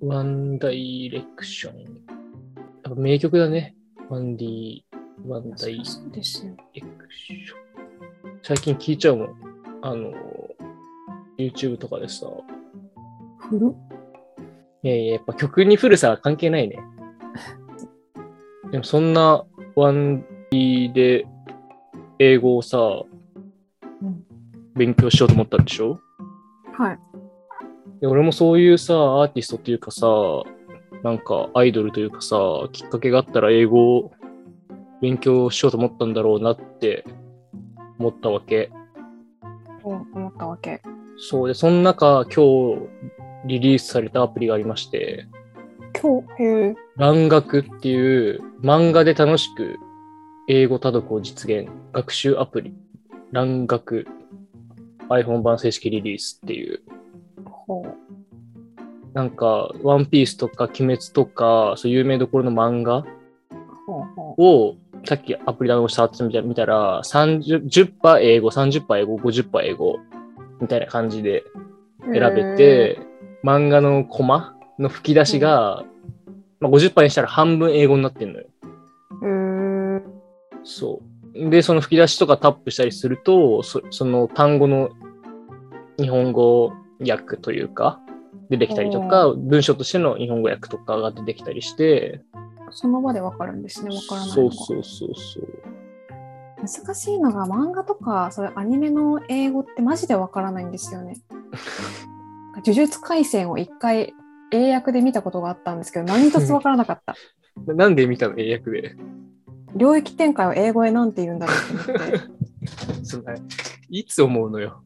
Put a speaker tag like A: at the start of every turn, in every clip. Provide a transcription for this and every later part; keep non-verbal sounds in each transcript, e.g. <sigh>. A: ワンダイレクション。やっぱ名曲だね。ワンディワンダイレ
B: そうですよ。
A: クション。最近聞いちゃうもん。あの、YouTube とかでさ。
B: 古っ
A: いやいや、やっぱ曲に古さは関係ないね。 <laughs> でもそんなワンディで英語をさ、
B: うん
A: 勉強しようと思ったんでしょ
B: はい。
A: で俺もそういうさ、アーティストというかさ、なんかアイドルというかさ、きっかけがあったら英語を勉強しようと思ったんだろうなって思ったわけ。
B: 思ったわけ。
A: そうで、その中今日リリースされたアプリがありまして、
B: 今日、へえ。
A: 蘭学っていう漫画で楽しく英語多読を実現学習アプリ、蘭学 iPhone 版正式リリースっていう
B: ほう。
A: なんか、ワンピースとか、鬼滅とか、そういう有名どころの漫画
B: ほうほ
A: を、さっきアプリダウンロードしたってみた見たら、30 10%英語、30%英語、50%英語、みたいな感じで
B: う。
A: 選べて、漫画のコマの吹き出しが、まあ、50%にしたら半分英語になってんのよ。
B: へー。へ
A: そう。で、その吹き出しとかタップしたりすると、そその単語の日本語訳というか、出てきたりとか、文章としての日本語訳とかが出てきたりして、
B: ーその場でわかるんですね。わからない
A: そ
B: の
A: う
B: が
A: そうそうそう。
B: 難しいのが漫画とかそういうアニメの英語ってマジでわからないんですよ <laughs> ね。呪術廻戦を一回英訳で見たことがあったんですけど何一つわからなか <laughs> った。
A: ななんで見たの英訳で。
B: 領域展開を英語でなんて言うんだろうと思って。
A: <laughs> そんないつ思うのよ。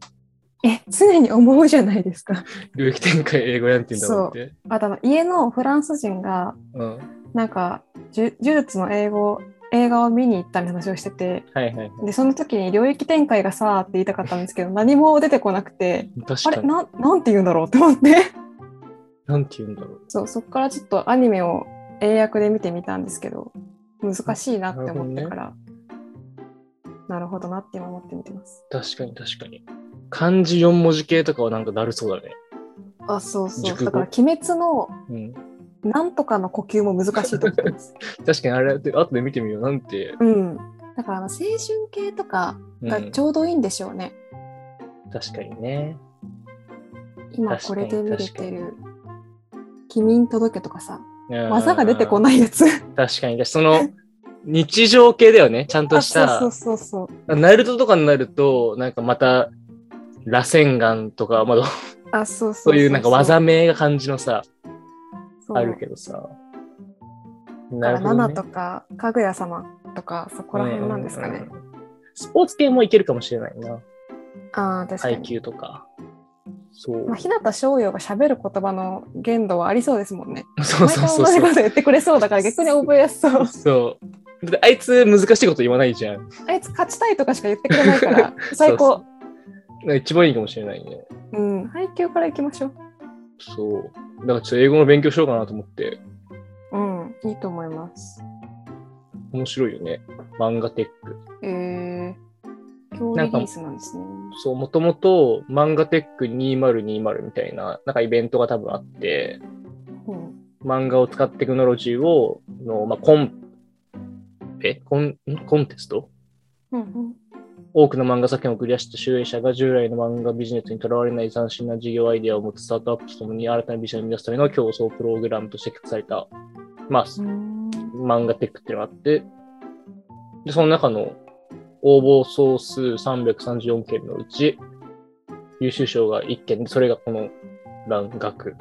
B: え、常に思うじゃないですか。
A: 領域展開英語やんって言うんだもんって。
B: あとあの家のフランス人が
A: うん。
B: なんか呪呪術の英語映画を見に行ったみたいな話をしてて
A: はいはいはい。
B: でその時に領域展開がさーって言いたかったんです
A: <laughs>
B: けど何も出てこなくて
A: 確か
B: あれ
A: に。
B: ななんて言うんだろうと思って。 <laughs>
A: なんて言うんだろう。
B: そう、そこからちょっとアニメを英訳で見てみたんですけど、難しいなって思ったから、なるほどなって今思って見てます。
A: 確かに確かに。漢字4文字系とかはなんかだるそうだね。
B: あ、そうそ
A: 熟語
B: う。だから、鬼滅の
A: うん。
B: なんとかの呼吸も難しいと思って <laughs> ます。
A: 確かにあれ、後で見てみよう。なんて。
B: うん。だからあの、青春系とか
A: うん
B: がちょうどいいんでしょうね。
A: 確かにね。
B: 今
A: 確
B: こ
A: か
B: れ
A: に
B: で見れてる。君に届けとかさ、技
A: 技
B: が出てこ
A: ない。
B: ないやつ。
A: 確かに。その、日常系だよね。ちゃんと
B: <laughs> あ
A: し
B: そう
A: た
B: そ。うそうそう。
A: ナルトとかになると、なんかまた、螺旋岩とか、まあ、
B: あ、そうそ
A: そう
B: そう
A: ういうなんか技名が感じのさ、
B: そう
A: あるけどさ。
B: だ
A: な
B: から、ナナと
A: ね
B: か、かぐや様とか、そこら辺なんですかね。
A: ううんうんスポーツ系もいけるかもしれないな。
B: ああ、確か
A: 階
B: に。
A: 級とか。そう
B: まあ、。日向翔陽が喋る言葉の限度はありそうですもんね。
A: <laughs> そう
B: 毎
A: そう
B: 回
A: そう
B: 同じ
A: そ
B: こと
A: う。
B: 言ってくれそうだから逆に覚えや
A: <laughs>
B: すそう。
A: そう。だってあいつ難しいこと言わないじゃん。
B: あいつ勝ちたいとかしか言ってくれない
A: <laughs>
B: から、最高。
A: なんか一番いいかもしれないね。
B: うん、配給からいきましょう。
A: そう。だからちょっと英語の勉強しようかなと思って。
B: うん、いいと思います。
A: 面白いよね。漫画テック。
B: えー、今日リリースなんですね。
A: そう、もともと漫画テック2020みたいな、なんかイベントが多分あって、
B: うん、
A: 漫画を使ってテクノロジーを、の、まあ、コン、えコン、んコンテスト
B: うん、うん。
A: 多くの漫画作品をクリアした集英者が従来の漫画ビジネスにとらわれない斬新な事業アイデアを持つスタートアップとともに新たなビジョンを生み出すための競争プログラムとして企画された、まあ、
B: うん
A: 漫画テックっていうのがあって、で、その中の応募総数334件のうち、優秀賞が1件で、それがこの蘭学。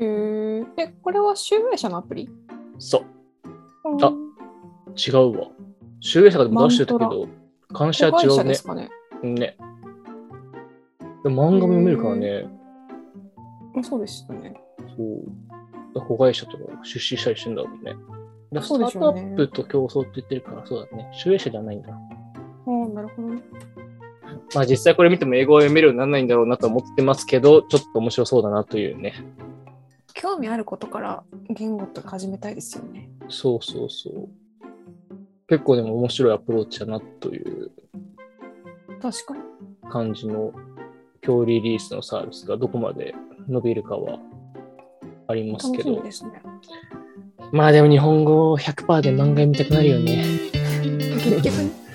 B: えー、え、これは集英社のアプリ
A: そう、
B: あ
A: 違うわ。集英社が出してたけ
B: マン
A: ど、監視
B: 社
A: は違う
B: で
A: ね
B: す。かね。
A: ね。でも漫画も読めるからね、
B: あそうですよね。
A: そう。だから子会社とか出資したりしてんだろうね。だか
B: そう
A: ら
B: で
A: スタ
B: し
A: ート
B: ょ
A: ア
B: うね
A: ップと競争って言ってるから、そうだね。集英社じゃないんだ。
B: あーなるほどね。
A: まあ実際これ見ても英語は読めるようにならないんだろうなと思ってますけど、ちょっと面白そうだなというね。
B: 興味あることから言語とか始めたいですよね。
A: そうそうそう。結構でも面白いアプローチだなという
B: 確かに。
A: 感じの今日リリースのサービスがどこまで伸びるかはあります
B: 楽
A: け
B: しみ
A: ど。
B: ですね。
A: まあでも日本語を100%で何回見たくなるよね。
B: 結局ね